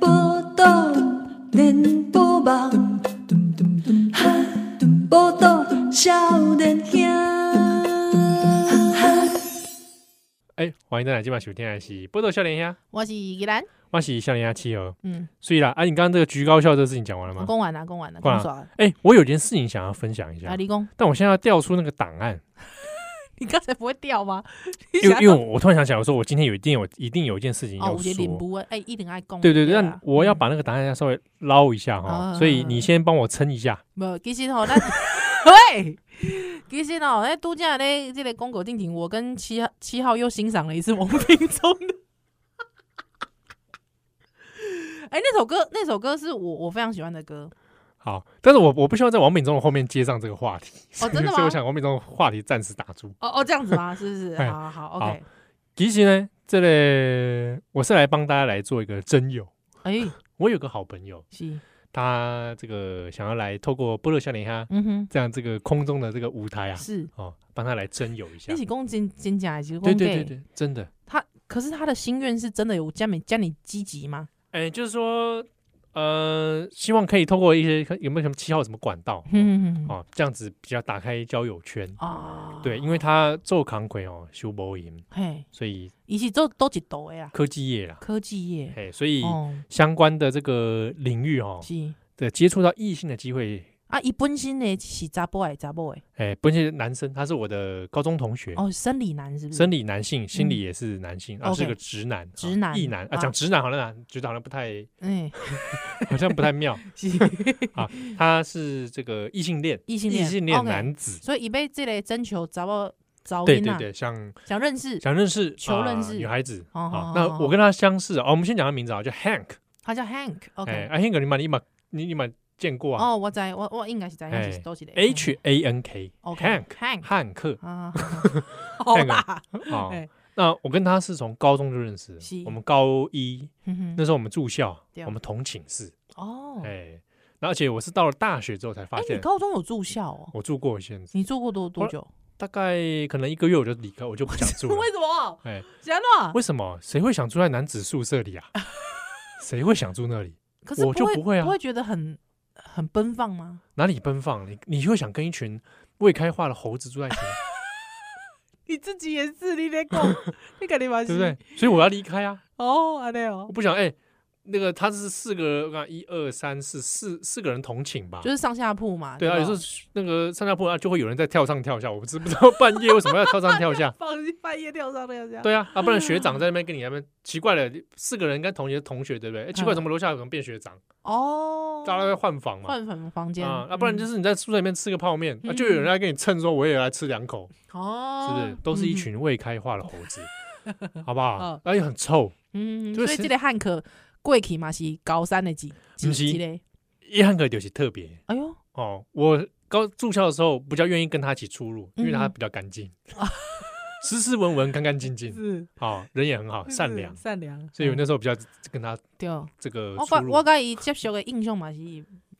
报道连波梦，报道少年兄。哎，欢迎大家今晚收听的是《波多笑脸鸭》，我是宜兰，我是笑脸鸭企鹅。嗯，所以啦，啊，你刚刚这个橘高校这个事情讲完了吗？讲完了，讲完了，讲完讲完了。哎，我有件事情想要分享一啊，下，立功，但我现在要调出那个档案， 你刚才不会掉吗？ 因为因为我我突然想起来，我说我今天有一定有一定有一件事情哦，要有点脸说。不哎，哎，一定爱讲。对对对，但啊我要把那个档案稍微捞一下啊哈，所以你先帮我撑一下。无，其实 吼，咱喂，其实吼，哎，度假咧，这个公狗定情，我跟七号七号又欣赏了一次王斌中的。 哎，那首歌，那首歌是我我非常喜欢的歌。好，但是我我不希望在王炳忠的后面接上这个话题， 哦真的吗所以我想王炳忠的话题暂时打住。哦哦，这样 子吗？是不是？哎好好好好，OK。其实呢，这里我是来帮大家来做一个真友。哎，我有个好朋友，是，他这个想要来透过波乐夏莲哈嗯哼，这样这个空中的这个舞台啊，是。哦，帮他来真友一下一。起讲真真假，其实对对对对，真的。他可是他的心愿是真的有加美加你积极吗？哎，就是说，呃，希望可以透过一些看有没有什么七号什么管道嗯哦，这样子比较打开交友圈。啊，对，因为他做扛魁哦，修波赢，嘿，所以伊是做都一道的啦，啊科技业啦，科技业，哎，所以哦，相关的这个领域哦，是的接触到异性的机会，啊，伊本身呢是查甫诶，查某诶，哎，不是男生，他是我的高中同学哦，生理男是不是？生理男性，心理也是男性、啊，嗯 OK 是个直男，直男啊异男啊，啊讲直男好像觉得好像不太， 哎，好像不太 妙。 是他是这个异性恋，异性异恋，性恋 OK 男子。所以伊被这个征求查某查某对囡对仔对，想想认识，想认识求认识啊女孩子哦啊哦。那哦我跟他相识啊，我们先讲他名字啊，叫 Hank。他叫 Hank，OK，、哎啊，Hank，你嘛你嘛你你嘛见过啊哦，我知，我我应该是知，哎我是都是的？H A N K Hank Hank，Hank 汉 克啊，好好 Hank 啦，啊哎。那我跟他是从高中就认识是，我们高一嗯那哼时候我们住校，对我们同寝室，哦，哎、哎，那而且我是到了大学之后才发你现，高中有住校哦？我住过一阵子，你住过多多我久？大概可能一个月我就离开，我就不想住了 为。什么？哎，想啦，为什么？谁会想住在男子宿舍里 啊？谁会想住那里？可是我就会不会啊不会觉得很很奔放吗？哪里奔放？你你会想跟一群未开化的猴子住在一起 吗，你自己也是，你得讲， 你肯定嘛对不？对？所以我要离开啊！哦，安尼哦我，不想哎、那个他是四个，我看一二三四四四个人同寝吧。就是上下铺嘛。对啊，吧。有时候那个上下铺啊，就会有人在跳上跳下。我不知不知道半夜为什么要跳上跳下放半夜跳上跳下。对啊，啊，不然学嗯长在那边跟你那边奇怪了，四个人跟同学同学对不对？哎、奇怪，嗯怎么楼下有人变学长？哦，大家都在换房嘛。换房房间嗯啊，啊，不然就是是你在宿舍里面吃个泡面，啊，就有人来跟你蹭说，我也来吃两口，是哦，不是？都是一群未开化的猴子，好不好嗯？而且很臭，嗯，嗯，就所是以这个汉克过去嘛是高三的几几不是几嘞？一汉哥就是特别哎呦，哦。我高住校的时候比较愿意跟他一起出入，因为他嗯比较干 净，斯斯文文、干干净净，是好人也很好，善良，善良，所以我那时候比较跟他对，我这个出感我入，甲伊接触的印象嘛是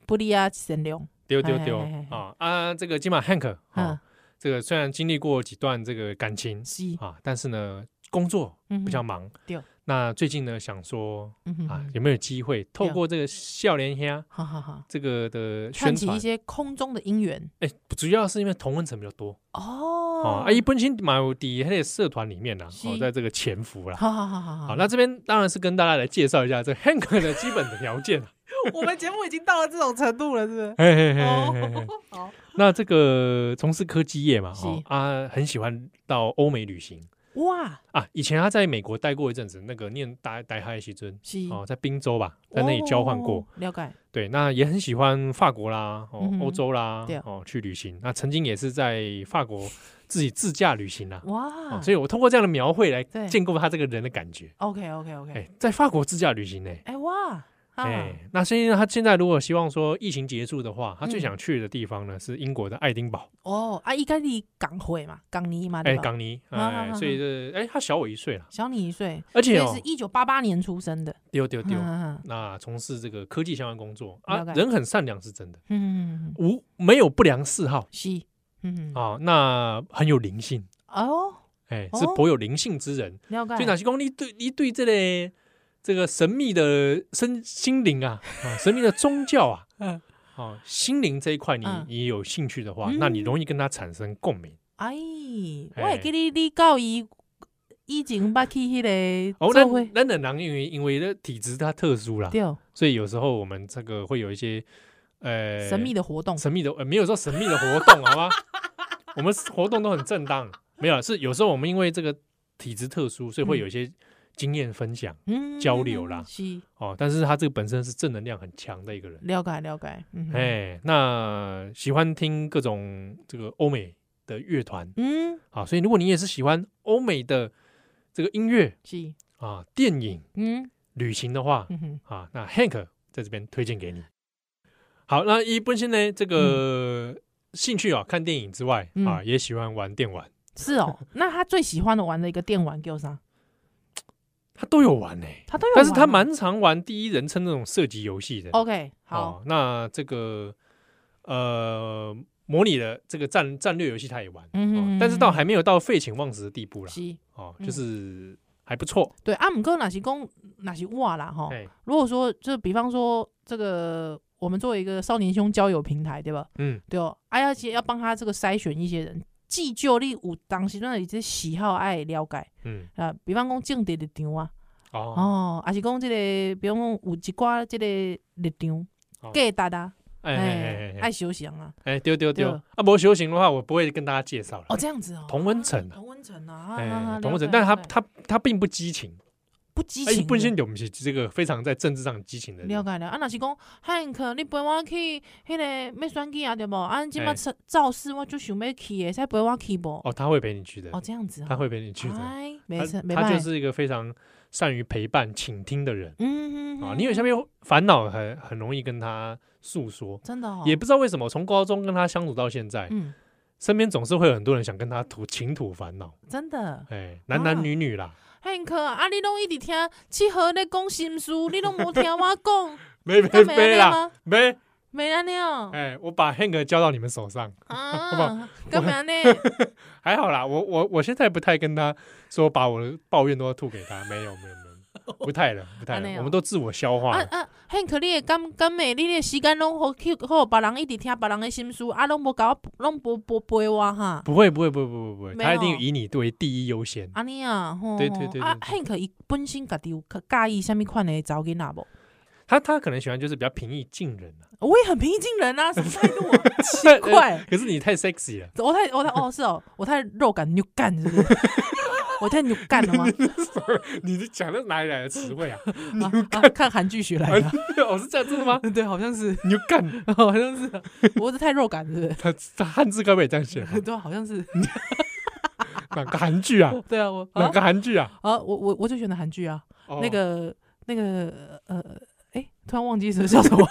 不利啊善良，丢丢丢嘿嘿嘿嘿啊啊！这个今晚汉克嗯啊，，这个虽然经历过几段这个感情是啊，但是呢，工作比较嗯哼忙对。那最近呢，想说嗯哼啊哼，啊有没有机会透过这个笑脸虾好好好，这个的宣串起传一？些空中的姻缘哎，主要是因为同温层比较多哦哦，啊，一般性嘛有底那些社团里面啦，哦，是在这个潜伏啦。好好好好好，好，那这边当然是跟大家来介绍一下这 Hank 的基本的条件啊。我们节目已经到了这种程度了，是不是？嘿嘿嘿嘿嘿哦嘿， 好，那这个从事科技业嘛，是哦啊，很喜欢到欧美旅行，哇，啊，以前他在美国待过一阵子，那个念大大嗨西尊是哦，在宾州吧，在那里交换过。哦，了解，对，那也很喜欢法国啦，哦嗯，哼欧洲啦对，哦，去旅行。那曾经也是在法国自己自驾旅行啦。哇，哦，所以我通过这样的描绘来对建构他这个人的感觉。 OK OK OK，哎，在法国自驾旅行呢，哎哇，啊哎，那现在他现在如果希望说疫情结束的话，他最嗯想去的地方呢是英国的爱丁堡，哦啊，伊该是港会嘛，港尼嘛，哎，对吧？港尼，啊啊啊哎，所以这哎他小我一岁了，小你一岁，而所且以哦是，一九八八年出生的，丢丢丢，嗯那从事这个科技相关工作啊了，解人很善良是真的，嗯嗯，嗯无没有不良嗜好是，嗯啊，那很有灵性，哦，哎，哦是颇有灵性之人。了所以哪解，些功力对你对这类这个神秘的身心灵啊 啊，神秘的宗教啊，嗯哦，心灵这一块你嗯你有兴趣的话，那你容易跟他产生共鸣。哎，我哎会记你你到伊以前捌去迄哦个，那做伙，那冷狼因为因为的体质它特殊啦，对，啊所以有时候我们这个会有一些呃神秘的活动，神秘的，呃，没有说神秘的活 动，好吗？我们活动都很正当，没有啊是有时候我们因为这个体质特殊，所以会有一些经验分享、嗯交流啦是哦。但是他这个本身是正能量很强的一个人，了解了解，嗯哼，哎，那喜欢听各种这个欧美的乐团嗯啊，所以如果你也是喜欢欧美的这个音乐是，啊、电影、嗯旅行的话嗯哼，啊，那 Hank 在这边推荐给你。好，那一本身呢，这个兴趣啊，看电影之外啊，嗯也喜欢玩电玩，是 哦，那他最喜欢的玩的一个电玩叫啥？他都有玩呢、他都有但玩啊，是他蛮常玩第一人称那种射击游戏的。 OK，好，哦，那这个呃，模拟的这个战战略游戏他也玩，嗯哼哦嗯但是到哼还没有到废寝忘食的地步啦。是，哦，嗯就是还不错。对啊，毋过若是讲若是我啦吼，哎，如果说就比方说这个。我们作为一个少年兄交友平台，对吧？嗯，对哦，哎、啊，而且要帮他这个筛选一些人，既就你有当时那里这喜好爱了解嗯，啊，比方讲政治立场啊，哦，哦，还是讲这个，比方讲有一寡这个立场哦，价值啊，哎哎哎哎哎，爱哎休想啊，哎，丢丢丢对啊！不修行的话，我不会跟大家介绍了哦，。这样子哦，同温层啊同温层啊，啊啊哎啊，同温了层，解但是他了解他他并不激情，不激哎，情本身的，就不是这个非常在政治上激情的了人。解了，啊，若是讲汉克，你陪我去迄个要选举啊，对无？啊，你即马哎造势，我就想要去的，再陪我去无？哦，他会陪你去的哦，，这样子他啊，会陪你去的。哎，他没事，没他办就法，是一个非常善于陪伴、倾听的人嗯啊。哼你有下面烦恼，很很容易跟他诉说。真的哦，也不知道为什么，从高中跟他相处到现在，嗯，身边总是会有很多人想跟他吐情吐烦恼。真的，哎，男男啊女女啦，汉克啊，啊，你拢一直听七号咧讲心事，你拢无听我讲，没没干嘛没这样啦吗，没。没安尼哦，哎，我把 Hank 交到你们手上，啊，干嘛呢？还好啦。我我我现在不太跟他说把我的抱怨都要吐给他，没有没有没有，不太了不太这样了，哦我们都自我消化啊了。啊，汉克，你的感感美，你的时间拢好去好，别人一直听别人的心事，啊，拢无甲我，拢无无陪我哈。不会不会不会不会不会，没他一定有以你为第一优先。安尼啊，吼对对对啊对，Hank 伊本身家己有较介意虾米款的查某囡仔无？他他可能喜欢就是比较平易近人啊，我也很平易近人啊，什么态度啊？ 奇怪， 可是你太 sexy 了，我太我太哦是哦，我太肉感牛干是不是？我太牛干了吗？ 你这讲的哪里来的词汇啊？啊啊看韩剧学来的， 哦，是这样真的吗？对，好像是，你就干好像是，我是太肉感是他，他汉字该不会也这样写吧不？ 是？对啊，好像是，哪个韩剧啊？对啊，我哪啊个韩剧啊？啊，我我我就选的韩剧啊，哦那个那个呃，哎，突然忘记是叫什么，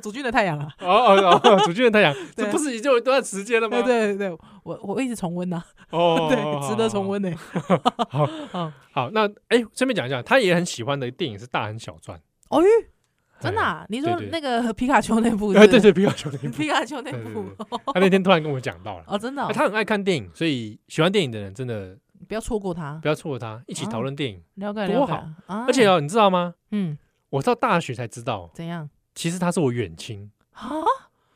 主君的太阳啊。哦哦哦，主角人太阳，这 对啊不是已经有一段时间了吗？对对对，我我一直重温呐、哦，对，值得重温。呢、好嗯，好，那哎，顺便讲一下，他也很喜欢的电影是《大汉小传》。哦吁，真的、啊，你说对对那个皮卡丘那部是哎，不对对，是，皮卡丘 那一部。皮卡丘那对对部，对他那天突然跟我讲到了，哦，真的哦、哎他很爱看电影，所以喜欢电影的人真的不要错过他不，要错过他，一起啊讨论电影。了解了解多好啊！而且，哦，你知道吗？嗯，我到大学才知道，怎样其实他是我远亲啊？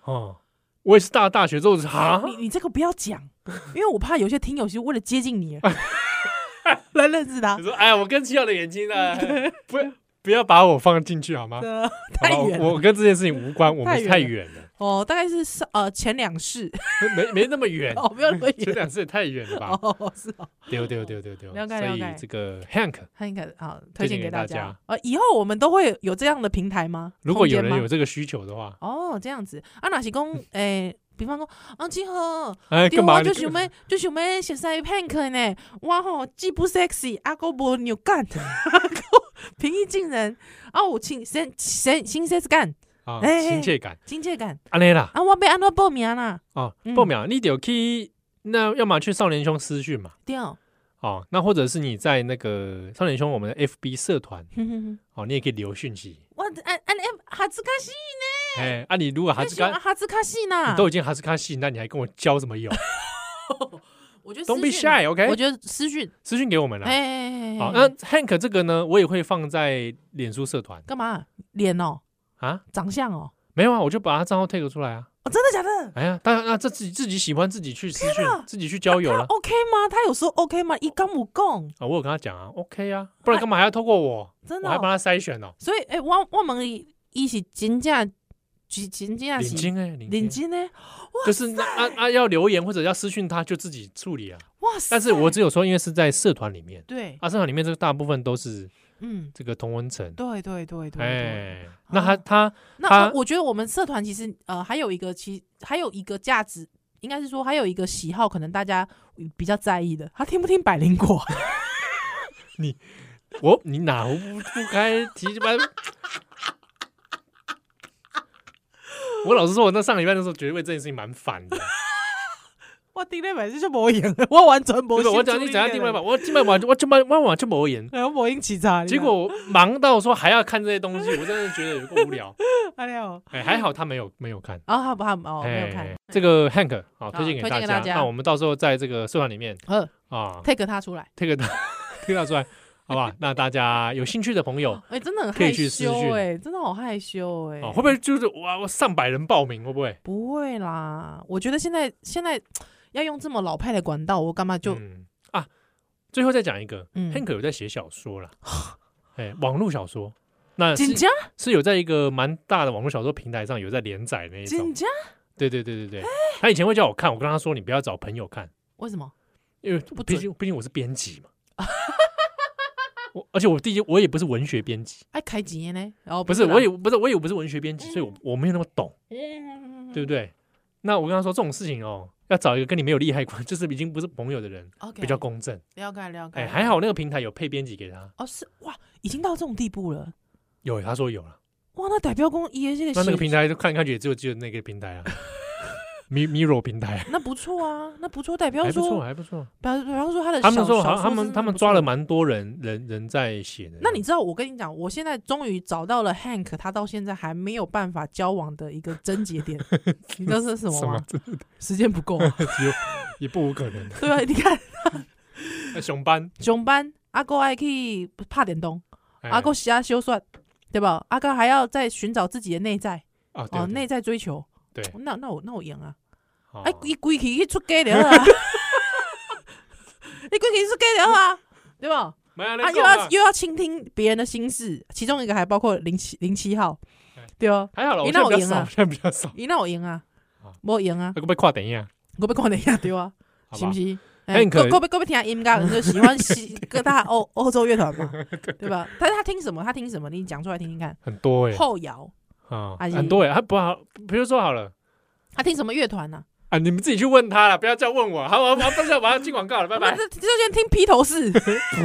哦。我也是大大学之后啊，你你这个不要讲，因为我怕有些听友是为了接近你来认识他你，说，哎呀，我跟七号的眼睛 呢，不不要把我放进去好吗？呃好太吧远了我我跟这件事情无关，我太们远太了远了。哦，大概是上呃前两世没没那么远，哦，没有那么前远两次也太远了吧？哦，是哦，丢丢丢丢丢，了解所了以解这个 Hank，他应该好推荐给给大大家家。呃，以后我们都会有这样的平台吗？如果有空间人吗有这个需求的话，哦，这样子啊，哪是讲诶，比方讲啊，金河，哎，对干嘛？我你就想要就想要熟悉 Pink 呢，哇吼，既不 sexy，啊个无牛干，平易近人，啊有亲新新新鲜感，啊，哎亲切感，亲切感，安内啦，啊，我要安怎报名啦？哦，嗯报秒，你得去那，要么去少年兄私讯嘛，对，哼哦，那或者是你在那个少年兄我们的 FB 社团，哼哼哦，你也可以留讯息，我安安安哈兹卡西，哎，啊，你如果还是刚，哈兹卡西你呐，都已经还是看戏，那你还跟我交什么 友？我觉得 Don't be 私讯啊 shy，OK？我觉得私讯，私讯给我们啦。哎哎，哎哎啊好，哎那 Hank 这个呢，我也会放在脸书社团干嘛脸哦，啊，长相哦，没有啊，我就把他账号 take 出来啊。哦，真的假的？哎呀，当然那这自己自己喜欢自己去私 讯天啊，自己去交友他了 OK 吗？他有说 OK 吗？一干五共，啊。我有跟他讲啊，OK 啊，不然干嘛还要透过我？真我的还哦、帮他筛选哦，所以，哎、我我们伊是真正，是真正领是巾哎，领领巾，巾呢？就是那啊啊要留言或者要私讯他就自己处理啊。哇塞！但是我只有说，因为是在社团里面，对，啊，社团里面这个大部分都是嗯，这个同文层，对对对对对。哎，对那他哦他他那我觉得我们社团其实呃还有一个其还有一个价值，应该是说还有一个喜好，可能大家比较在意的，他听不听百灵果？我你哪壶不不开提这般。我老实说，我那上礼拜的时候，觉得为这件事情蛮烦的。我听那本是就无用， 我完全不无是，我讲你讲下另外吧，，我今晚晚我今晚晚晚就无言， 哎，我无用起查。结果我忙到说还要看这些东西，我真的觉得有够无 聊。哎呦，哎，还好他没有没有看。啊，好不好？哦，没有看哎，这个 Hank 好推荐给推大荐给大家，家那我们到时候在这个社团里面呃啊，take 他出来。 ，take 他 take 他出来，好吧？那大家有兴趣的朋友哎、真的很可以害去私羞讯哎、真的好害羞哎、啊，会不会就是哇，我上百人报名会不会？不会啦，我觉得现在现在要用这么老派的管道，我干嘛就、嗯啊，最后再讲一个嗯哦，Hank 有在写小说啦，哎，网络小说，那是紧张是有在一个蛮大的网络小说平台上有在连载那一种紧。张？对对对对对，他以前会叫我看，我跟他说你不要找朋友看，为什么？因为不毕准竟毕竟我是编辑 嘛。我而且我第一我也不是文学编辑，爱开几年呢？哦，不是啦我也不是我也不是文学编辑，所以我我没有那么懂，嗯对不对？那我跟他说这种事情哦，要找一个跟你没有利害关， 就是已经不是朋友的人 OK，比较公正。了解了解。哎，还好那个平台有配编辑给他，哦，是哇，已经到这种地步了。有他说有了，哇，那代表公爷这个那那个写平台就看看去也只有只有那个平台啊，Mi Miro 平台那不错啊，那不错，代表还不错说，还不错。表比方说他的他们小说小好像他真们的他们不抓错了蛮多人人人在写的。那你知道我跟你讲，我现在终于找到了 Hank，他到现在还没有办法交往的一个症 结点，你知道是什么什么啊吗？？时间不够 啊、有也不无可能。对啊，你看那 熊班，熊班阿哥还可以怕点东，哎阿哥瞎修算，对吧？阿哥还要再寻找自己的内在啊，哦，对内在追求。对那那我那我赢啊！哎哎，一归去一出街了 啊！ 你归去出街了啊，对吧？没有啊，那又个啊要又要倾听别人的心事，其中一个还包括零七零七号哎，对哦，还好了，我你现在比那我较赢啊少，现在比 较少，伊那有赢啊啊，无赢啊，那个被跨等一下，我被讲了一下对啊，好是吧不？是？哎哎，你我可我被我被听音乐，你就喜欢 西各大欧欧洲乐团嘛，对吧？但是他听什么？他听什么？你讲出来听听看。很多哎，后摇，啊，还是很多哎，他不好，比如说好了。他听什么乐团呢？啊！你们自己去问他了，不要再问我。好，我我不是我要进广告了，拜我拜们。这这就先听披头 士，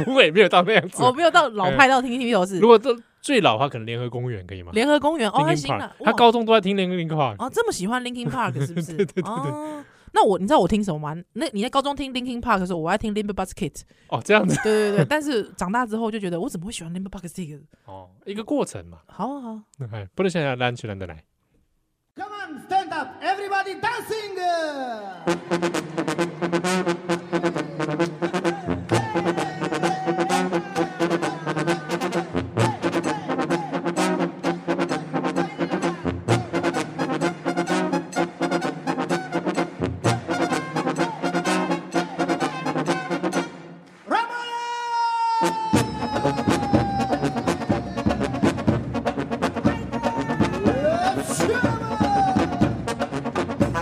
不会，没有到那样子我。没有到老派到听披头士啊哎如。果这最老的话，可能联合公园可以吗？联合公园哦，他 Linkin 新了 Park，，他哇高中都在听联合 Linkin Park。哦这么喜欢 Linkin Park 是不 是？哦，那我你知道我听什么吗？那你在高中听 Linkin Park 的时候，我爱听 Limp Bizkit，哦，这 样子对对对。但是长大之后就觉得我怎么会喜欢 Limp Bizkit？这个哦，一个过程嘛。好啊好啊。哎，不能想想烂去烂的来。 Come on, stand up, everybody dancing! Ramona! 我去吧！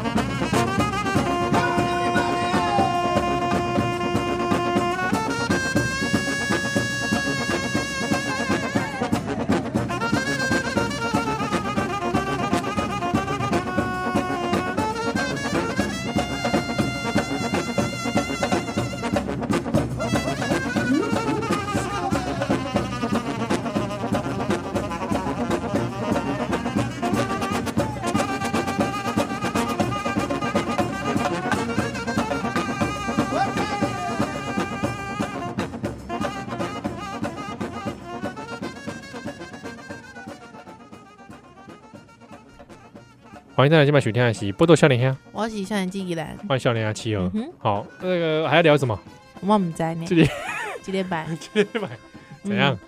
欢迎大家今晚收听的是《波多笑脸香》，我是少年纪依兰，欢迎笑脸香七儿哦嗯。哼，好，那个还要聊什么？我唔知呢，这里几礼拜 怎样？嗯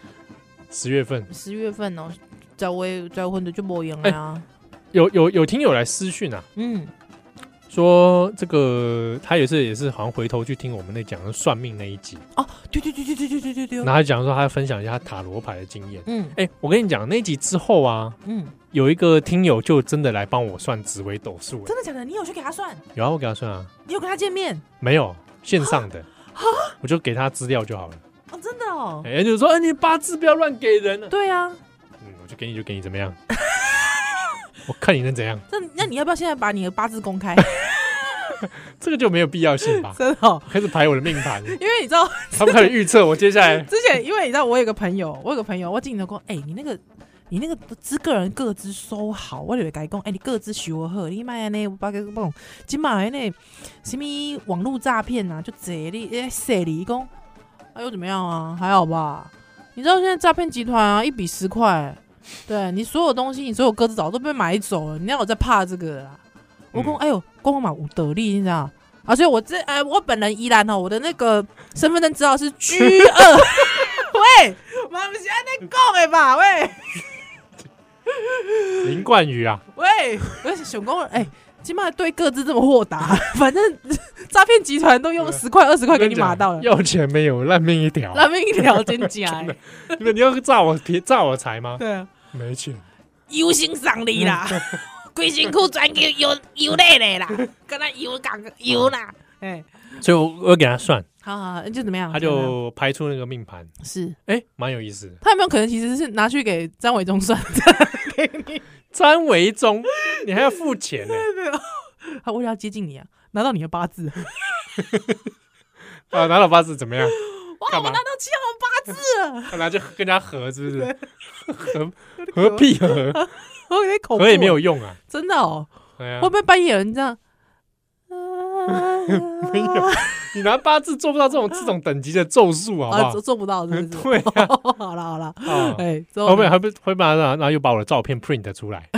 十月份十月份哦，在位在婚的就无用啊。有有有听友来私讯啊，嗯，说这个他也是也是好像回头去听我们那讲的算命那一集，对对对对对对对对然对，后他讲说他分享一下他塔罗牌的经验。嗯哎、我跟你讲那一集之后啊，嗯，有一个听友就真的来帮我算紫微斗数、欸，真的假的？你有去给他算？有啊，我给他算啊，你有跟他见面？没有线上的，我就给他资料就好了。哦，真的啊哦。哎、就是说，哎、你八字不要乱给人啊。对啊，嗯，我就给你就给你怎 么样？我看你能怎样？那那你要不要现在把你的八字公开？ ？这个就没有必要性吧真的哦，开始排我的命 盘，因为你知道他们开始预测我接下来之前，因为你知道我有个朋友，我有个朋友，我进的讲，哎、你那个你那个资个人各自收好，我就会改讲，哎、你各自许我好，你卖安尼，我把个不懂，今买那什么网络诈骗啊，就这里哎谁你讲，啊又怎么样啊？还好吧？你知道现在诈骗集团啊，一笔十块，对你所有东西，你所有鸽子早都被买走了，你哪有在怕这个啦？我讲，嗯哎呦，公公嘛有得力，你知道？啊，所以我这哎、我本人依然哦，我的那个身份证资料是 G 二。 喂，妈不是安尼讲的吧？喂林冠宇啊，喂，我是想讲，哎、起码对各自这么豁达， 反正诈骗集团都用十块、二十块给你码到了我跟，讲要钱没有，烂命一条。那命一条真 假、真欸的，你们你要诈我骗诈我财吗？对啊，没钱，忧心赏 你啦，规身躯全叫油油累累啦，跟他油港油啦，哎、所以我我给他算，好好，那就怎么样？他怎么样就排出那个命盘，是哎，蛮有意思的。他有没有可能其实是拿去给张伟忠算？ 詹维忠，你还要付 钱呢，他为了要接近你啊，拿到你的八字，啊，拿老八字怎么样？哇，干我嘛拿到七号八字了。 拿就跟人家合，是不是？合合屁合，我有点恐怖，合也没有，用啊。真的哦，对啊会不，会半夜有人啊这样？ 没有，你拿八字做不到这种这种等级的咒术，好不啊，好做？做不到，是不是？ 对啊， 好了好了，啊哎，之后后面呢还不会把它拿，然后又把我的照片 print 出来。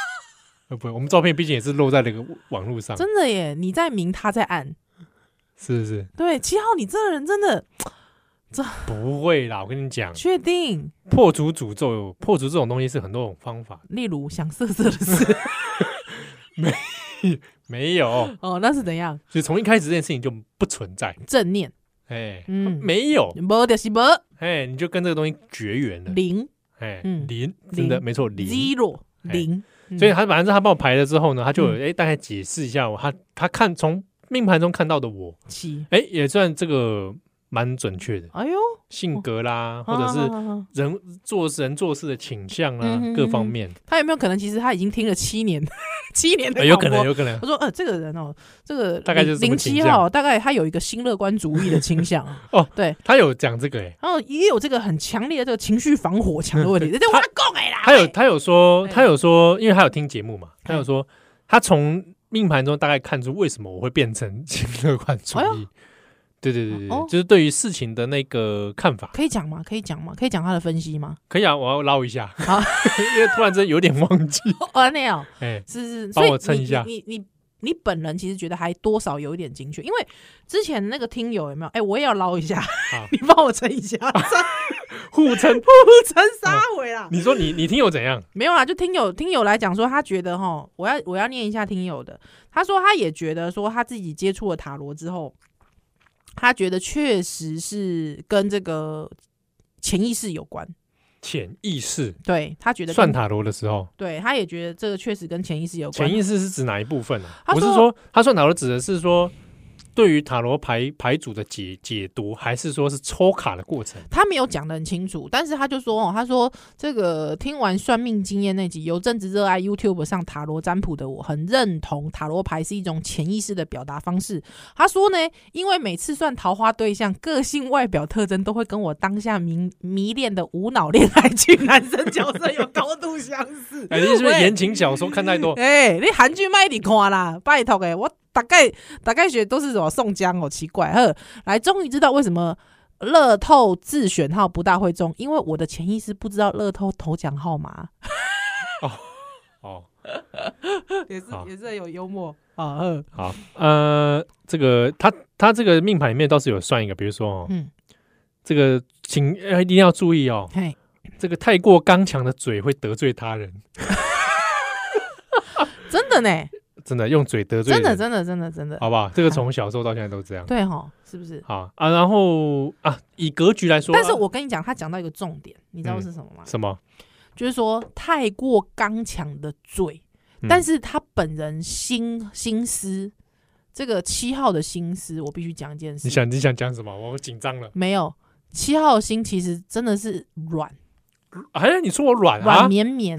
呃，不，我们照片毕竟也是露在那个网络上，真的耶，你在明，他在暗，是不是？对，七号你这个人真的不会啦，我跟你讲，确定？破除诅咒，破除这种东西是很多种方法，例如想色色的事， 没有，哦，那是怎样？所以从一开始这件事情就不存在，正念，哎，嗯没有，无就是无，哎，你就跟这个东西绝缘了，零哎，嗯零，真的零没错，零。 zero 哎零，嗯所以他反正他帮我排了之后呢，他就有嗯哎大概解释一下我，他他看从命盘中看到的我，七，哎，也算这个蛮准确的，哎呦，性格啦，好或者好是好好好人做事人做事的倾向啦、哦嗯哼各方面，他有没有可能其实他已经听了七年， 七年的呃有广可能，播有可能我说，呃，这个人哦，这个大概就是这么零倾七向号，大概他有一个新乐观主义的倾向啊哦对，他有讲这个诶、然后也有这个很强烈的这个情绪防火墙的问题。人家我讲哎啦，嗯他有他有说哎他有说，因为他有听节目嘛，他有哎说他从命盘中大概看出为什么我会变成 新乐观主哎义，对对对对，对哦就是对于事情的那个看法，可以讲吗？可以讲吗？可以讲他的分析吗？可以啊，我要捞一 下，好因为突然间有点忘 记，哦，那样哦哎、是是，帮所以我蹭你一下你你你你本人其实觉得还多少有一点精确，因为之前那个听友有没有？哎，我也要捞一下， 你帮我称一下，互称。称杀回啦。你说你你听友怎样？没有啊，就听友听友来讲说，他觉得哈，我要我要念一下听友的，他说他也觉得说他自己接触了塔罗之后，他觉得确实是跟这个潜意识有关，潜意识对他觉得跟算，塔罗的时候，对他也觉得这个确实跟潜意识有关潜，意识是指哪一部分啊？他我是说说，他算塔罗指的是说，对于塔罗牌牌组的解解读，还是说是抽卡的过程？他没有讲得很清楚，但是他就说哦，他说这个听完算命经验那集，有阵子热爱 YouTube 上塔罗占卜的我，很认同塔罗牌是一种潜意识的表达方式。他说呢，因为每次算桃花对象个性、外表特征都会跟我当下迷迷恋的无脑恋爱剧男生角色有高度相似。哎，你是不是喂言情小说看太 多？哎、你韩剧卖你看啦，拜托哎、我大概大概学都是什么宋江哦，奇怪呵，来终于知道为什么乐透自选号不大会中，因为我的潜意识不知道乐透头奖号码，哦，也是好也是很有幽默啊。嗯好，呃，这个他他这个命盘里面倒是有算一个，比如说哦，嗯，这个请呃一定要注意哦，嘿，这个太过刚强的嘴会得罪他人，真的呢，真的用嘴得罪真人，的真的真的真的，好不好？这个从小时候到现在都这样。对哈，是不是？好啊，然后啊，以格局来说，但是啊我跟你讲，他讲到一个重点，你知道嗯是什么吗？什么？就是说太过刚强的嘴，嗯但是他本人心心思，这个七号的心思，我必须讲一件你事，想你想讲什么？我紧张了。没有七号的心其实真的是软哎，你说我软啊嗯软？绵绵，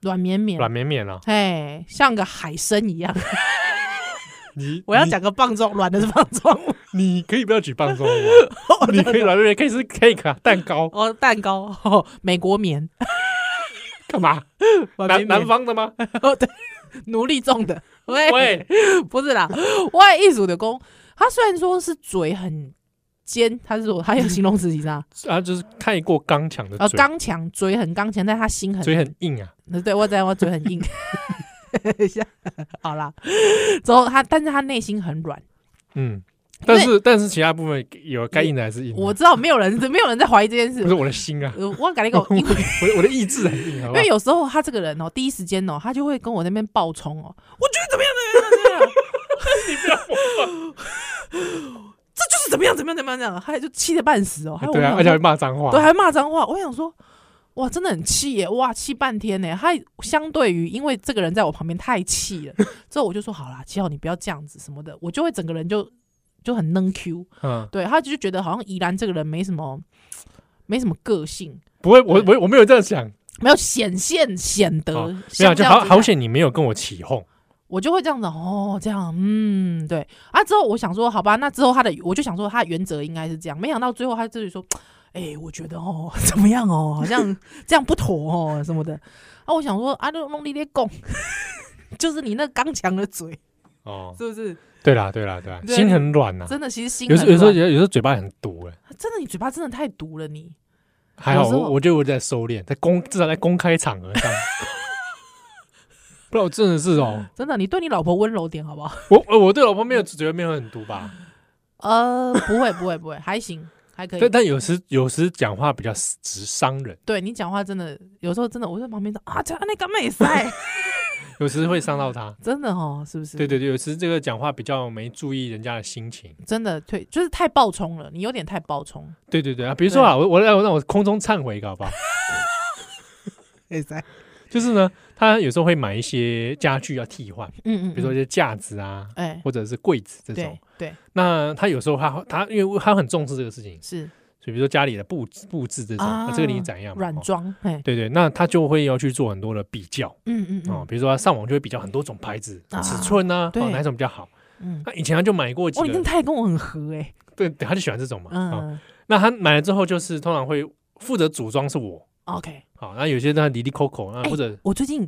软绵绵，软绵绵啊？哎，像个海参一样。 你我要你讲个棒状，软的是棒 状物，你可以不要举棒状 物吗？你可以软软，可以是 cake 啊，蛋糕哦，蛋糕，哦、美国棉，干嘛？软南绵南绵，方的 吗？哦，对，奴隶种的，喂，喂，不是啦，我也艺术的工，他虽然说是嘴很尖，他是说他有形容词其他，啊，就是太过刚强的呃，嘴，刚强，嘴很刚强，但他心很，嘴很硬啊。呃对我知道我嘴很 硬，好啦，之后他，但是他内心很软，嗯，但是但是其他部分有该硬的还是硬的。我知道没有人没有人在怀疑这件事嗯不，是我的心啊，呃我感觉我个，因为。我我的意志很硬，好因不好为？有时候他这个人哦，第一时间哦，他就会跟我那边爆冲哦，我觉得怎么样怎么样怎么样， 这就是怎么样怎么样怎么样怎么样，他就气得半死哦，还有我对啊，想而且说还骂脏话。对，还骂脏话。我想说，哇，真的很气耶！哇，气半天呢。他相对于因为这个人在我旁边太 气了，之后我就说好啦，七号你不要这样子什么的，我就会整个人就就很能 Q。嗯，对，他就觉得好像宜兰这个人没什么，没什么个性，不会，我我我没有这样想，没有显现显得哦没有像这样子就的。好好险你没有跟我起哄。我就会这样子哦，这样，嗯，对啊。之后我想说，好吧，那之后他的，我就想说他的原则应该是这样。没想到最后他自己说，哎、我觉得哦， 怎么样哦，好像这样不妥哦，什么的。啊，我想说啊，弄弄你咧拱， 就是你那刚强的嘴，哦，是不是？对啦，对啦，对啦，对心很软呐。真的，其实心有时很有时候软有有时候嘴巴很毒哎，真的，你嘴巴真的太毒了你。还好有时候我我觉得我在收敛，在公至少在公开场合上，不然我真的是哦，真的，你对你老婆温柔点好不 好？我我我对老婆没有嘴巴没有很毒吧，呃，不会，不会，不会，还行，还可以但。但有时有时讲话比较直伤人，对你讲话真的，有时候真的，我在旁边说啊，这那个妹塞，有时会伤到他。 真的哦，是不是？对对对，有时这个讲话比较没注意人家的心情。真的对，就是太暴冲了，你有点太暴冲。对对对啊，比如说啊，我我让我让我空中忏悔一个好不好？ 哎就是呢，他有时候会买一些家具要替换，嗯嗯，比如说一嗯，些架子啊，哎，或者是柜子这种对。对那他有时候他他因为他很重视这个事情，是所以比如说家里的布置布置这种，啊那这个你怎样嘛？软哦装，哎，对对，那他就会要去做很多的比较嗯嗯哦，嗯比如说他上网就会比较很多种牌子、啊尺寸啊，对哦哪一种比较好。嗯，那以前他就买过几哦，你跟个，太跟我很合哎，对，对他就喜欢这种嘛。哦嗯那他买了之后，就是通常会负责组装是我， ，OK，好，那有些那离离扣扣，那哎或者我最近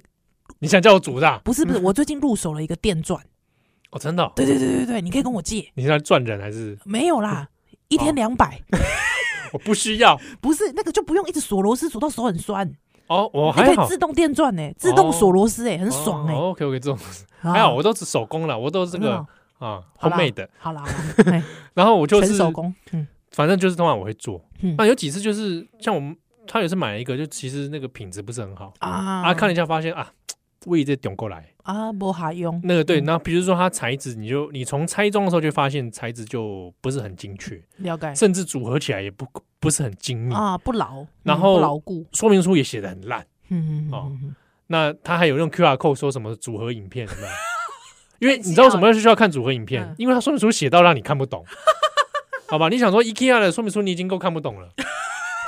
你想叫我组的啊，不是不是，我最近入手了一个电钻，哦，真的哦，对对对对对，你可以跟我借，你是要赚人还是没有啦。嗯一天两百，哦我不需要？不是那个就不用一直锁螺丝锁到手很酸，哦，我你可还好以，自动电钻哎，自动锁螺丝哎，很爽哎。 OK OK，这种啊还好，我都是手工了，我都是这真的个哦啊好啦 homemade 的，好啦，好 啦哎然后我就全是手工，嗯反正就是通常我会做嗯。那有几次就是像我们，他有一次买了一个，就其实那个品质不是很好啊啊，看了一下发现啊，味这点过来啊，不好用，那个对，嗯那比如说它材质，你就你从拆装的时候就发现材质就不是很精确，了解甚至组合起来也不不是很精密，啊，不牢，然嗯后不牢固，说明书也写的很烂。嗯，哦嗯嗯嗯那他还有用 QR code 说什么组合影片，有没 有？因为你知道为什么需要看组合影片欸嗯，因为他说明书写到让你看不 懂，好吧？你想说 IKEA 的说明书你已经够看不懂 了，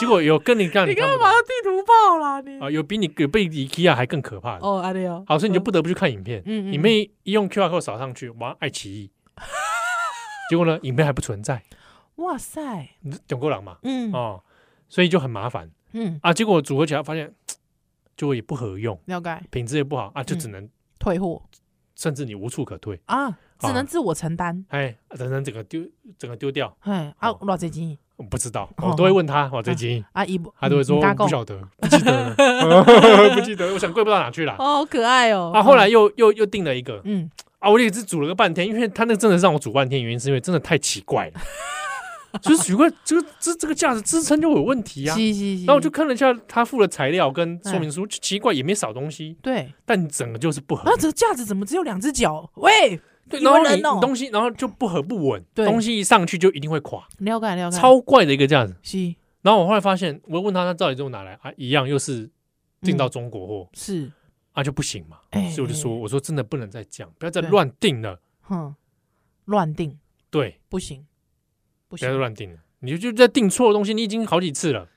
结果有跟你让你看不懂地图报啦你啊，有比你有被 IKEA 还更可怕的，哦，阿丽哦，好，所以你就不得不去看影片。嗯嗯影片一用 QR code 扫上去，哇，爱奇 艺，结果呢，影片还不存在，哇塞，懂够狼嘛？嗯哦，所以就很麻烦嗯，啊。结果组合起来发现，就也不合用，了解，品质也不好啊，就只嗯能退货甚至你无处可退。啊，只啊能自我承担，哎，等等，整个丢，整个丢掉哎啊，哦偌济钱我不知道，我都会问他，我哦最近哦啊，姨不，他都会说嗯大不贡晓得，不记得 了，不记得，我想贵不到哪去啦。哦，好可爱哦。啊，后来又又又订了一个嗯，啊，我也是煮了个半天，因为他那个真的让我煮半天，原因是因为真的太奇怪了，就是奇怪，这个这这个架子支撑就有问题嗯，啊。是嗯是然是。后我就看了一下他附的材料跟说明书，就奇怪也没少东西，对，但整个就是不合啊，。这个架子怎么只有两只脚？喂，对，有然后人你哦东西，然后就不合不稳，对东西一上去就一定会垮，了解了解。超怪的一个架子。是嗯然后我后来发现，我问他他到底从哪来啊，一样又是订嗯到中国货、是，啊，就不行嘛。哎所以我就说，，我说真的不能再讲，不要再对乱订了，哼，乱定对，不行，不不要再行，乱订了，你就就在订错的东西，你已经好几次了，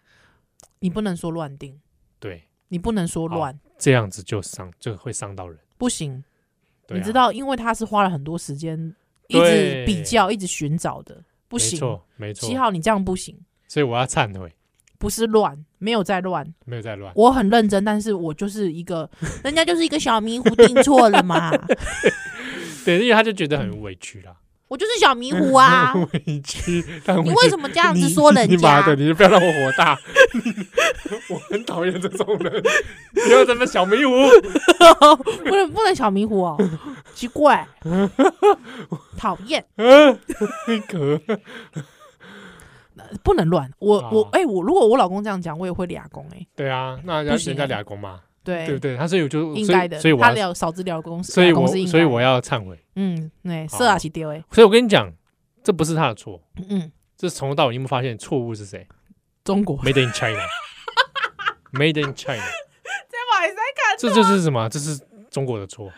你不能说乱定，对，你不能说好乱，这样子就伤就会伤到人。不行。对啊你知，道，因为他是花了很多时间一对直比较、一直寻找的，不不没。行错，没七错，号，你这样不行，所以我要忏悔，不是乱，没有在乱，没有再乱。我很认真，但是我就是一个， 人家就是一个小迷糊，定错 了嘛，对，因为他就觉得很委屈啦，我就是小迷糊啊，委屈。但你为什么么这样子说人你妈家？的，你就不要让我火大， 我很讨厌这种人， 不要这么小迷糊。不能不能小迷糊哦，奇怪， 讨厌，啊可不能乱。我我哦哎、我如果我老公这样讲，我也会俩公哎，对啊，那人不家行人家欸俩公嘛，对对不对？他所以我就应该的，所以所以我他要聊嫂子聊公司，所以聊公我司应该所以我要忏悔。嗯，对，好色啊是丢哎，所以我跟你讲，这不是他的错，嗯，这是从头到尾你有没有发现错误是谁中国， ？Made in China，Made in China，哇塞这这是什么？这是中国的错。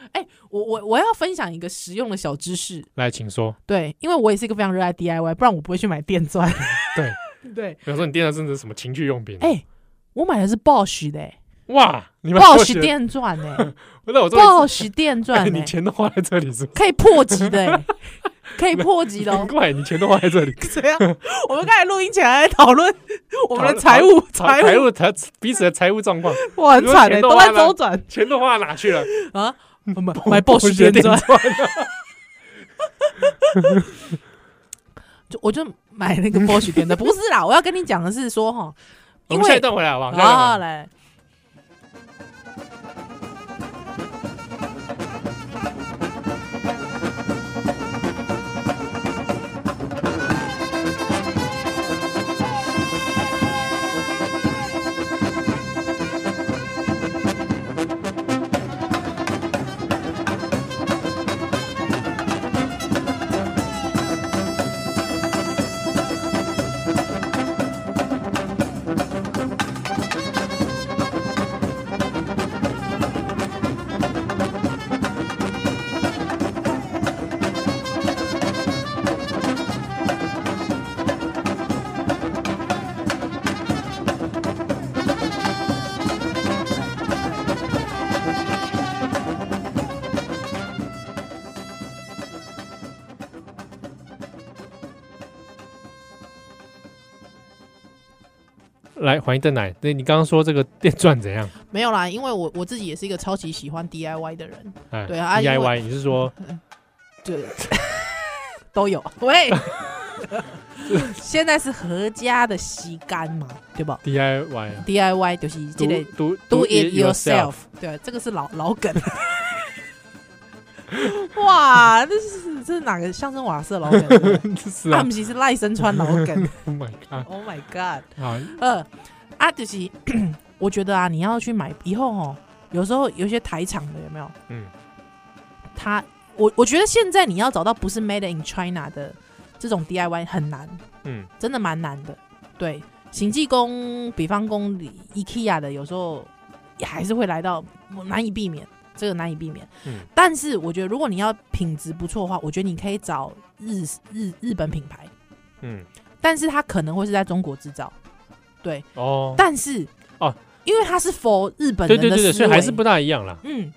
我我我要分享一个实用的小知识，来，请说。对，因为我也是一个非常热爱 DIY，不然我不会去买电钻，对， 对，比如说你店上真的是什么情趣用品？啊哎、我买的是 Bosch 的、欸、哇，你们 ，Bosch，电钻 呢、欸、不是我说，Bosch 电你，哎钻 你呢、钱都花在这里是不可以破级的、 欸，可以破级是？的、难 哦。怪你钱都花在这里。怎样？ 我们刚才录音前还在讨论 我们的财 务，财财务务财彼此的财务状 况，哇很惨哎、你说钱都都在花了周转钱都花到哪去了？啊！ 买买 Bosch 学电电钻，钻。 就我就买那个 Bosch 电钻，不是啦，我要跟你讲的是说哈，我因们下一为段回来好不好？下一段回啊来来，来，欢迎邓奶。那你刚刚说这个电钻怎样？没有啦，因为我我自己也是一个超级喜欢 DIY 的人，哎对啊因为，DIY，你是说对， 都有。喂，现在是合家的吸干嘛，对吧 DIY 啊？DIY 就是这个 do do it yourself，对，这个是老老梗。哇，这是这是哪个相声瓦舍老梗？对不对 是啊，啊不是是赖声川老梗。 ，Oh my god！ Oh my god！好，呃，啊，就是 我觉得啊，你要去买以后哦，有时候有些台厂的有没有？嗯，他，我我觉得现在你要找到不是 Made in China 的这种 DIY 很难，嗯，真的蛮难的。对，行济宫、比方宫、IKEA 的，有时候也还是会来到，难以避免，这个难以避免。嗯但是我觉得如果你要品质不错的话，我觉得你可以找日日日本品牌，嗯，但是它可能会是在中国制造，哦，但是哦，因为它是 for 日本对人对的对思维，对，所以还是不大一样啦。嗯。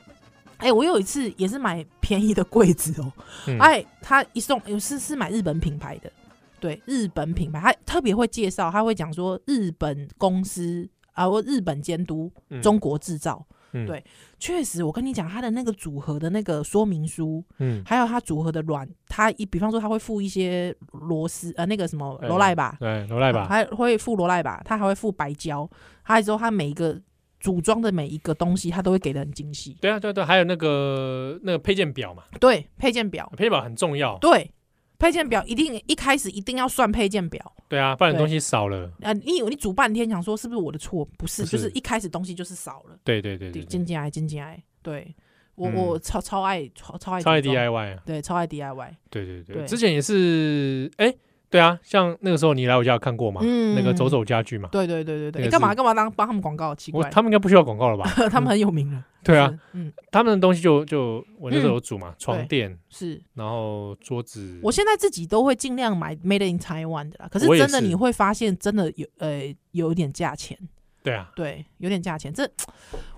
哎、我有一次也是买便宜的柜子哦，嗯，哎，他一送有是是买日本品牌的，对，日本品牌，他特别会介绍，他会讲说日本公司啊，或日本监督嗯中国制造，嗯对确实，我跟你讲，它的那个组合的那个说明书，嗯，还有它组合的软，它一比方说它会附一些螺丝，呃，那个什么哎罗赖吧，对，罗赖吧，啊嗯还会附罗赖吧，它还会附白胶，还有之后它每一个组装的每一个东西，它都会给的很精细。对啊，对啊对啊，还有那个那个配件表嘛，对，配件表，配件表很重要，对，配件表一定一开始一定要算配件表。对啊，不然对东西少了，啊，你以为你煮半天，想说是不是我的错？不是，不就是是一开始东西就是少了，对对对对，对，渐对渐来，渐渐来。对我、嗯我超超爱超超爱超爱组装 DIY 啊，对，超爱 DIY。对对对，对之前也是，哎、对啊，像那个时候你来我家有看过嘛，嗯那个走走家具嘛，对对对对那对，个你干是嘛干嘛当帮他们广告？奇我怪，他们应该不需要广告 了吧？他们很有名了。对啊是，，嗯，他们的东西就就我那时候有煮嘛，床对垫，是然后桌子，我现在自己都会尽量买 Made in Taiwan 的啦。可是我也真的是你会发现，真的有呃有一点价钱，对啊，对，有点价钱。这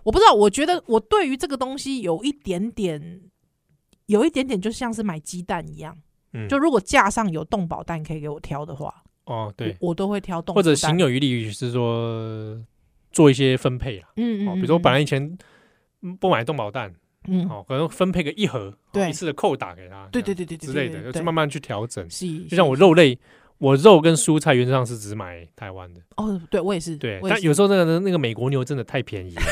我不知道，我觉得我对于这个东西有一点点，有一点点就像是买鸡蛋一样。嗯，就如果架上有动保蛋可以给我挑的话，哦对，我，我都会挑动保或蛋，者行有余力是说做一些分配啊，嗯，嗯嗯，哦，比如说我本来来以前嗯不买动保蛋，嗯，哦，可能分配个一盒，哦对一次的扣打给他，对这对样对对对之类的，对就对慢慢去调整。是，就像我肉类，我肉跟蔬菜原则上是只买台湾的。哦，对我也是，对，我也但是有时候那个那个美国牛真的太便宜 了，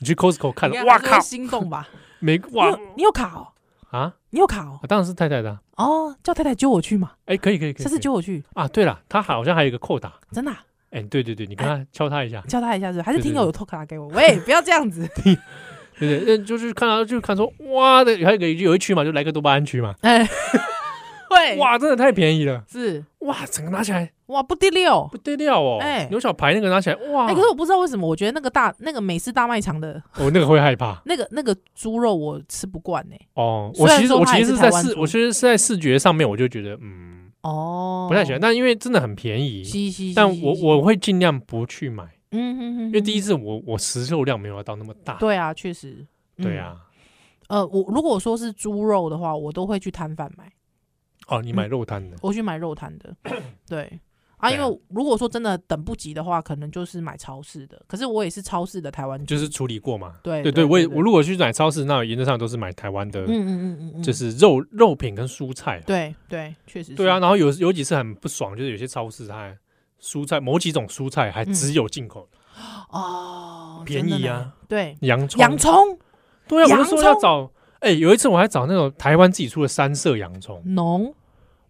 你去 Costco 看你了，看哇还是会靠，心动吧？美你哇有你有卡哦，啊，你有卡哦，当然是太太的啊，哦，叫太太揪我去嘛，哎，可以可以可以，下次可以揪我去，啊，对了，他好像还有一个扣打，真的啊哎，对对对，你跟他敲他一下，叫他一下是不是，还对对是听友对有偷卡给我，喂，不要这样子，对对，那就是看到就看说，哇，那还有一个有一区嘛，就来个多巴胺区嘛， 哎， 喂，哇，真的太便宜了，是哇，整个拿起来哇不第六不。得了哦哎，牛小排那个拿起来，哇，哎、可是我不知道为什么，我觉得那个大那个美式大卖场的我哦那个会害怕那个那个猪肉我吃不惯哎、哦，虽我然其实说我它其也实是是在台湾视，猪我其实是在视觉上面我就觉得嗯哦，不太喜欢，但因为真的很便宜，嘻，嘻嘻，但嘻我嘻我会尽量不去买，嗯哼哼，因为第一次次我我食肉量没有到那么大。对啊，确实，嗯对，啊，呃，我如果说是猪肉的话，我都会去摊贩买，嗯哦，你买肉摊的，我去买肉摊 的，对。啊，对因啊为如果说真的等不及的话，可能就是买超市的。可是我也是超市的台湾猪，就是处理过嘛。对对对我也对我如果去买超市，那原则上都是买台湾的嗯，嗯嗯嗯嗯，就是肉肉品跟蔬菜啊。对对，确实是对啊，，然后有有几次很不爽，就是有些超市它还蔬菜某几种蔬菜还嗯只有进口哦，便真的宜呢啊，对，洋葱。洋葱对啊，我就洋说要葱找。哎，有一次我还找那种台湾自己出的三色洋葱，浓，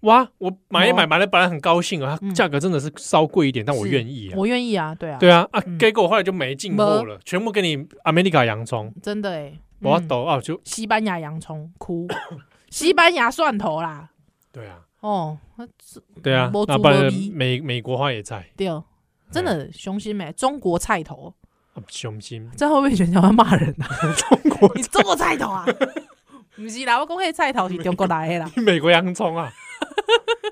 哇，我买一买，嗯哦买了本来很高兴啊，它嗯价格真的是稍贵一点，但我是愿意啊。我愿意啊，对啊，对啊，啊，嗯给我后来就没进货没了，全部给你 America 洋葱，真的哎，我嗯抖啊就西班牙洋葱哭，西班牙蒜头啦，对啊，哦，对啊嗯没，那猪不没然米美美国花野菜，对，真的雄心美，中国菜头，啊雄心， 这样会不会选想要骂人啊？ 中国你中国菜头啊？ 不是啦，我讲迄菜头是中国来 的啦，美国洋葱啊，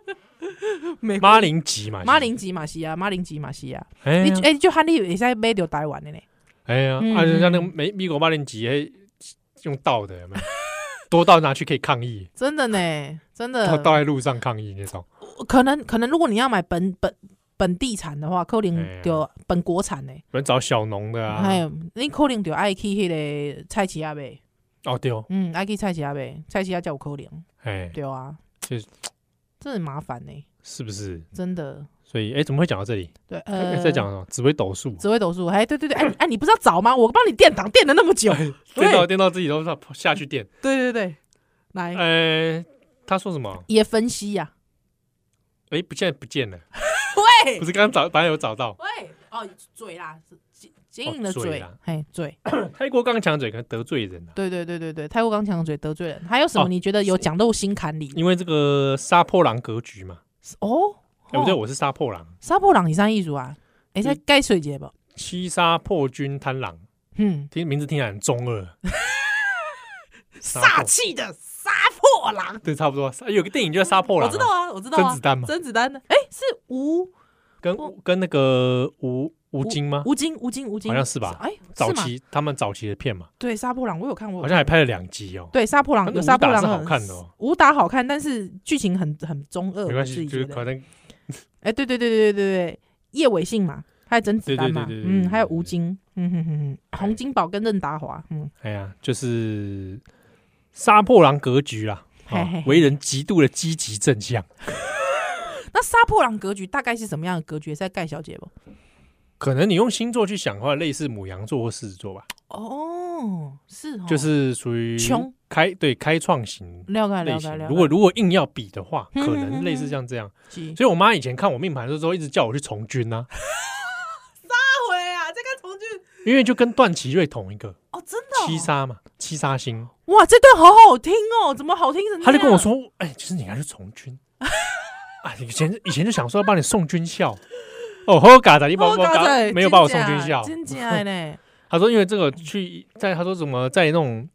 美马铃吉嘛，马铃吉马西亚，啊马铃吉马西亚，哎呀，你哎就喊你会使买到台湾的呢？哎呀，嗯啊，人家那个嗯美美国马铃吉哎用倒的有没有？ 多到拿去可以抗议，真的呢，真倒的，倒在路上抗议那种，可能可能如果你要买本本本地产的话，可哎呀能就本国产的，有人找小农的还啊，有你可能就爱去迄个菜市亚买。哦对哦，嗯，爱去菜市啊呗，菜市啊才有可能，哎，对啊，就是真的很麻烦呢、是不是？真的。所以哎，怎么会讲到这里？对，哎呃，在讲什么？紫薇斗数，紫微斗数，哎，对对对，哎你哎，你不是要找吗？我帮你垫档垫了那么久，电到对电到自己都下去电，对对对，来呃，他说什么？也分析呀、哎，不，现在不见了。喂不是刚刚找，反正有找到。喂，哦，嘴啦，坚坚硬的哦嘴嘴啦，嘿，嘴，泰国刚强嘴可能得罪人啊了，对对对对对，泰国刚强的嘴得罪人，还有什哦么你觉得有讲到心坎里？因为这个杀破狼格局嘛。哦，哎，不对，哦我是杀破狼，杀破狼以上艺术啊，哎，在该水节吧，七杀破军贪狼，嗯，听名字听起来很中二， 煞破气的杀破狼。对，差不多。哎有个电影就叫《杀破我狼》，知道，啊，我知道甄啊，子丹嘛甄子丹的，哎，是吴跟跟那个吴吴京吗？吴京，吴京，吴京，好像是吧哎，早是吗期他们早期的片嘛，对杀破狼，我有看过，好像还拍了两集哦。对杀破他狼那有武杀破打狼是好很看的哦，武打好看，但是剧情很很中二，没关我自系，己就是觉可得能哎，对对对对对对对，叶伟信嘛，还有甄子丹嘛，对对对对对嗯，对还有吴京，嗯哼哼哼，洪金宝跟任达华，嗯，哎呀，就是杀破狼格局啦，嘿嘿啊嘿，为人极度的积极正向，那杀破狼格局大概是什么样的格局？是在盖小姐不？可能你用星座去想的话，类似母羊座或狮子座吧，哦，是哦，就是属于穷开对开创型了解类了型解了解。。如果如果硬要比的话，嗯可嗯嗯能类似嗯像这样。是所以我妈以前看我命盘的时候，一直叫我去从军啊，回啊，这个从军因为就跟段祺瑞同一个哦，真的哦七杀嘛，七杀星，哇，这段好好听哦，怎么好听成？他就跟我，说：“哎，其实你还是从军啊，以前以前就想说要帮你送军校。”哦，好嘎仔，你把哦我嘎仔没有把我送军校。真假 呢？他说因为这个去在他说什么在那种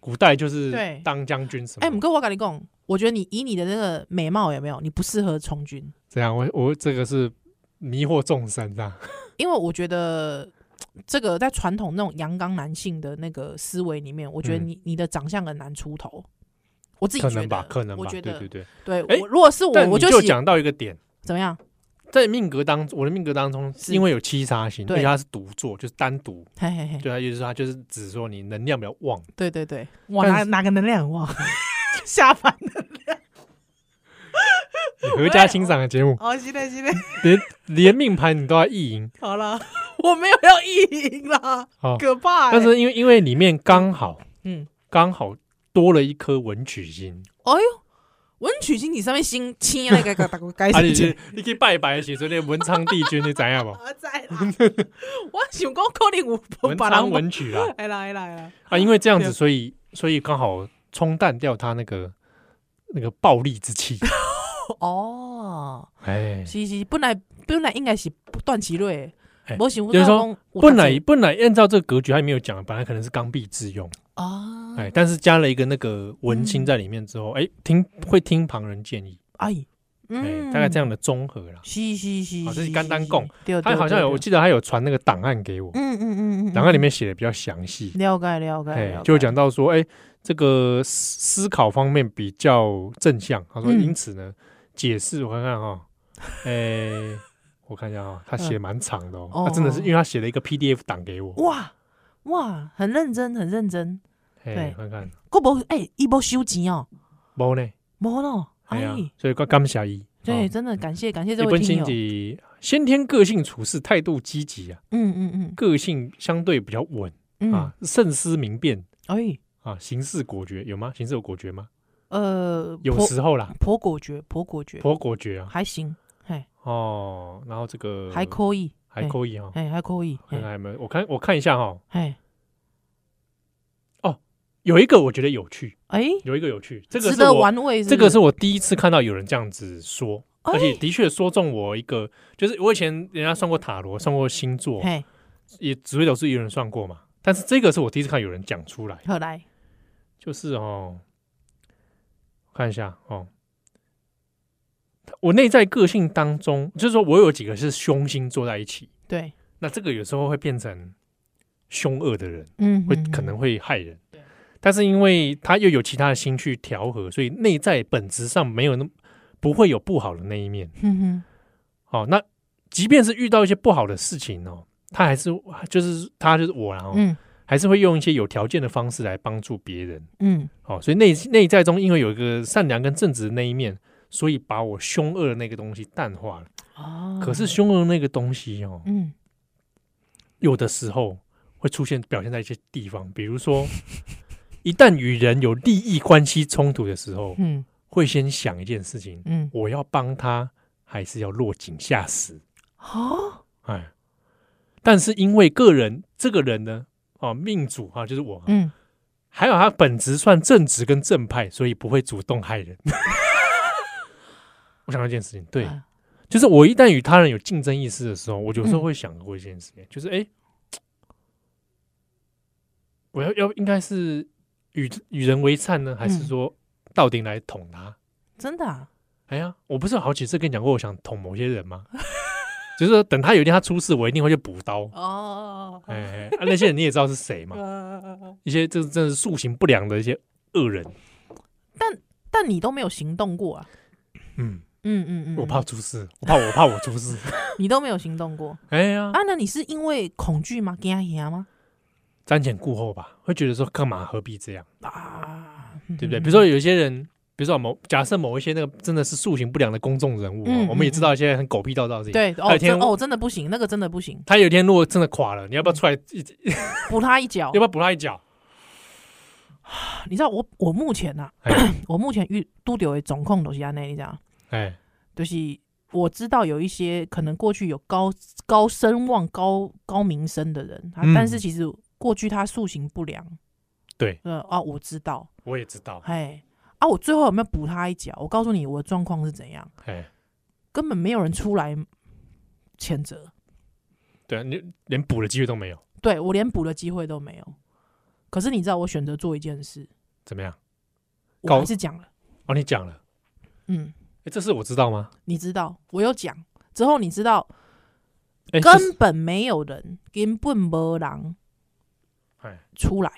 古代就是对当将军什么。哎，唔过我跟你讲，我觉得你以你的那个美貌有没有，你不适合从军，这样我我这个是迷惑众生啊。因为我觉得。这个在传统那种阳刚男性的那个思维里面，我觉得嗯你、你的长相很难出头，我自己可觉能得吧，可能吧，我觉对得对对。对哎我如果是我，但我你喜讲到一个点，怎么样？在命格当我的命格当中，是因为有七杀星，对而且它是独坐，就是单独，嘿嘿嘿，对它就是它就是指说你能量比较旺，对对对，哇，但哪是哪个能量很 旺？下凡你合家欣赏的节目，哦，是的，是的，连连命盘你都要意淫好了， 我没有要意淫啦，啊。可怕、欸。但是因为因为里面刚好嗯，刚好多了一颗文曲星，哎呦，文曲星体上面星青那个个大个该啊，死你的去，你去拜拜写说那文昌帝君，你怎样 不？我在啦，我想讲可能有文把昌人哎文曲啊来啦来啦来啦，啊，因为这样子，对所以所以刚好冲淡掉他那个那个暴力之 气，哦，哎。是是，本来本来应该是段祺瑞哎，我想就是说说本来本来按照这个格局，他也没有讲，本来可能是刚愎自用，啊，哎，但是加了一个那个文嗯青在里面之后，哎，听会听旁人建议，哎，哎，大概这样，的综合啦。是是是，哦这是是简单讲，对他好像有，我，对对对记得他有传那个档案给我，嗯嗯嗯 嗯，档案里面面写的比较详细，了解了解哎嗯了解，，就讲到说，哎，这个思思考方面比较正向。他说，嗯因此呢，解释我看看哈， 哎，我看一下哈，他写蛮长的哦，哦他真的是因为他写了一个 PDF 档给我，哇哇，很认真很认真，对哎，看看，国无哎，伊无收钱哦，冇呢。无咯，哎哎呀，，所以感感谢伊。对，哦，真的感谢感谢这一位本听心友，底先天个性处事态度积极啊，嗯嗯个性相对比较稳嗯嗯啊，，慎思明辨哎，啊，行事果决有吗？行事有果决吗？呃，有颇时候啦，颇果决，颇果决，颇果决啊。还行，嘿，哦，然后这个还可以，还可以哈，嘿，哎，还可以，看嘿看有没有？我看我看一下哈，嘿，有一个我觉得有趣，哎，有一个有趣，这个值是得我玩味，这个是不我第一次看到有人这样子说，哎而且的确说中我一个，就是我以前人家算过塔罗，算过星座是，嘿，也紫微斗数也有人算过嘛，但是这个是我第一次看有人讲出来，好来，就是哦，我看一下哦，我内在个性当中，就是说我有几个是凶星坐在一起，对，那这个有时候会变成凶恶的人，嗯，会嗯可能，会害人。但是因为他又有其他的心去调和，所以内在本质上没有那么不会有不好的那一面。嗯哼，哦，那即便是遇到一些不好的事情哦，他还是就是他就是我然后、嗯还是会用一些有条件的方式来帮助别人。嗯，哦，所以内内在中因为有一个善良跟正直的那一面，所以把我凶恶的那个东西淡化了。哦，可是，凶恶的那个东西哦，嗯，有的时候会出现表现在一些地方，比如说， 一旦与人有利益关系冲突的时候，嗯会先想一件事情：嗯，我要帮他，还是要落井下石？哦，哎，但是因为个人这个人呢，哦，命主啊，就是我啊，嗯，还有他本质算正直跟正派，所以不会主动害人。 我想到一件事情，对，啊就是我一旦与他人有竞争意识的时候，我有嗯时候会想过一件事情，就是哎、诶我要要应该是与与人为善呢，还是嗯说到顶来捅他？真的啊，哎呀，我不是有好几次跟你讲过，我想捅某些人吗？ 就是说等他有一天他出事，我一定会去补刀。哦，哎、哎啊那些人你也知道是谁 嘛？呃，一些这真的是塑形不良的一些恶人，但你都没有行动过啊，嗯，嗯嗯嗯，我怕出事，我怕我怕我出 事。你都没有行动过哎呀，啊？那你是因为恐惧吗？惊吓吗？瞻前顾后吧，会觉得说干嘛何必这样，啊，对不对？比如说有一些人，比如说某假设某一些那个真的是塑形不良的公众人物哦，嗯我们也嗯知道一些很狗屁道道的事情。对还哦，有天真哦真的不行，那个真的不行，他有一天如果真的垮了，你要不要出来一？嗯要补他一脚不。要补他一脚？你知道我我目前呐、哎 我目前遇都丢的总控都是安内，你知道，哎，就是我知道有一些可能过去有高高声望、高高名声的人，他、嗯但是其实过去他塑形不良。对，呃啊，我知道，我也知道，哎啊，我最后有没有补他一脚？我告诉你，我的状况是怎样，哎，根本没有人出来谴责。对啊，你连补的机会都没有，对我连补的机会都没有。可是你知道，我选择做一件事，怎么样？我搞还是讲了。哦，你讲了，嗯，哎，这事我知道吗？你知道，我有讲之后，你知道哎，这是根本没有人，根本没人哎出来。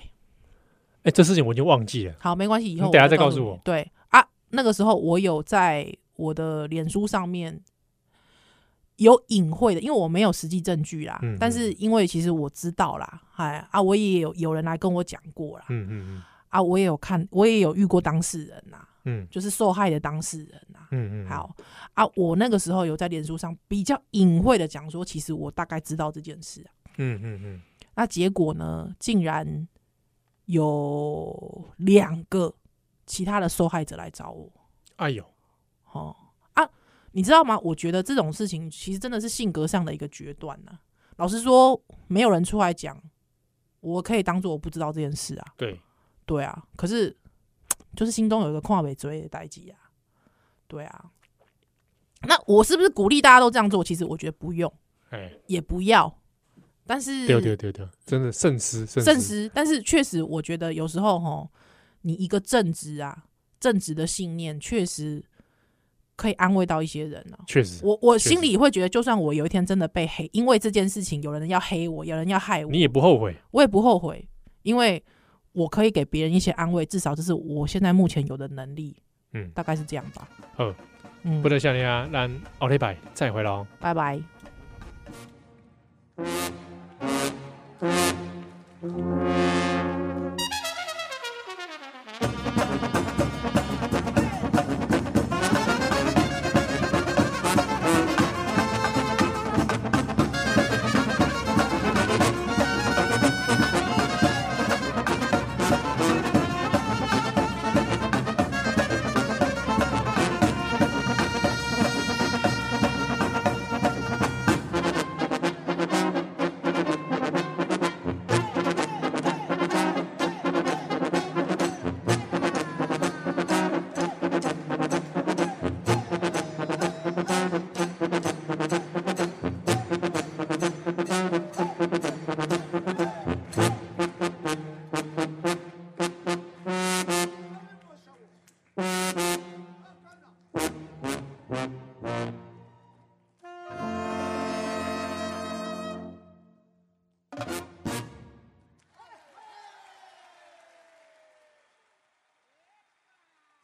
哎，这事情我已经忘记了。好，没关系，以后你等下我再告诉诉你我对啊，那个时候我有在我的脸书上面有隐晦的，因为我没有实际证据啦，嗯但是因为其实我知道啦，哎啊，我也有有人来跟我讲过啦，嗯嗯啊，我也有看，我也有遇过当事人呐、嗯就是受害的当事人呐、嗯嗯嗯，，好啊，我那个时候有在脸书上比较隐晦的讲说，其实我大概知道这件事啊、嗯嗯嗯，那结果呢，竟然有两个其他的受害者来找我哎呦，哦啊，你知道吗？我觉得这种事情其实真的是性格上的一个决断呐、老实说，没有人出来讲，我可以当做我不知道这件事啊。对，对啊，可是就是心中有一个跨尾追的代际啊，对啊。那我是不是鼓励大家都这样做？其实我觉得不用，哎，也不要，但是对对对对，真的慎思慎证实，但是确实我觉得有时候吼，你一个正直啊，正直的信念确实可以安慰到一些人啊。确实，我我确心实里会觉得，就算我有一天真的被黑，因为这件事情有人要黑我，有人要害我，你也不后悔，我也不后悔，因为我可以给别人一些安慰，至少这是我现在目前有的能力，嗯，大概是这样吧。好，嗯不，得像你啊，咱奥利拜再回来哦。拜拜。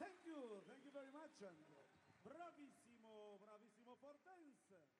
Thank you, thank you very much. and Bravissimo, bravissimo for dance.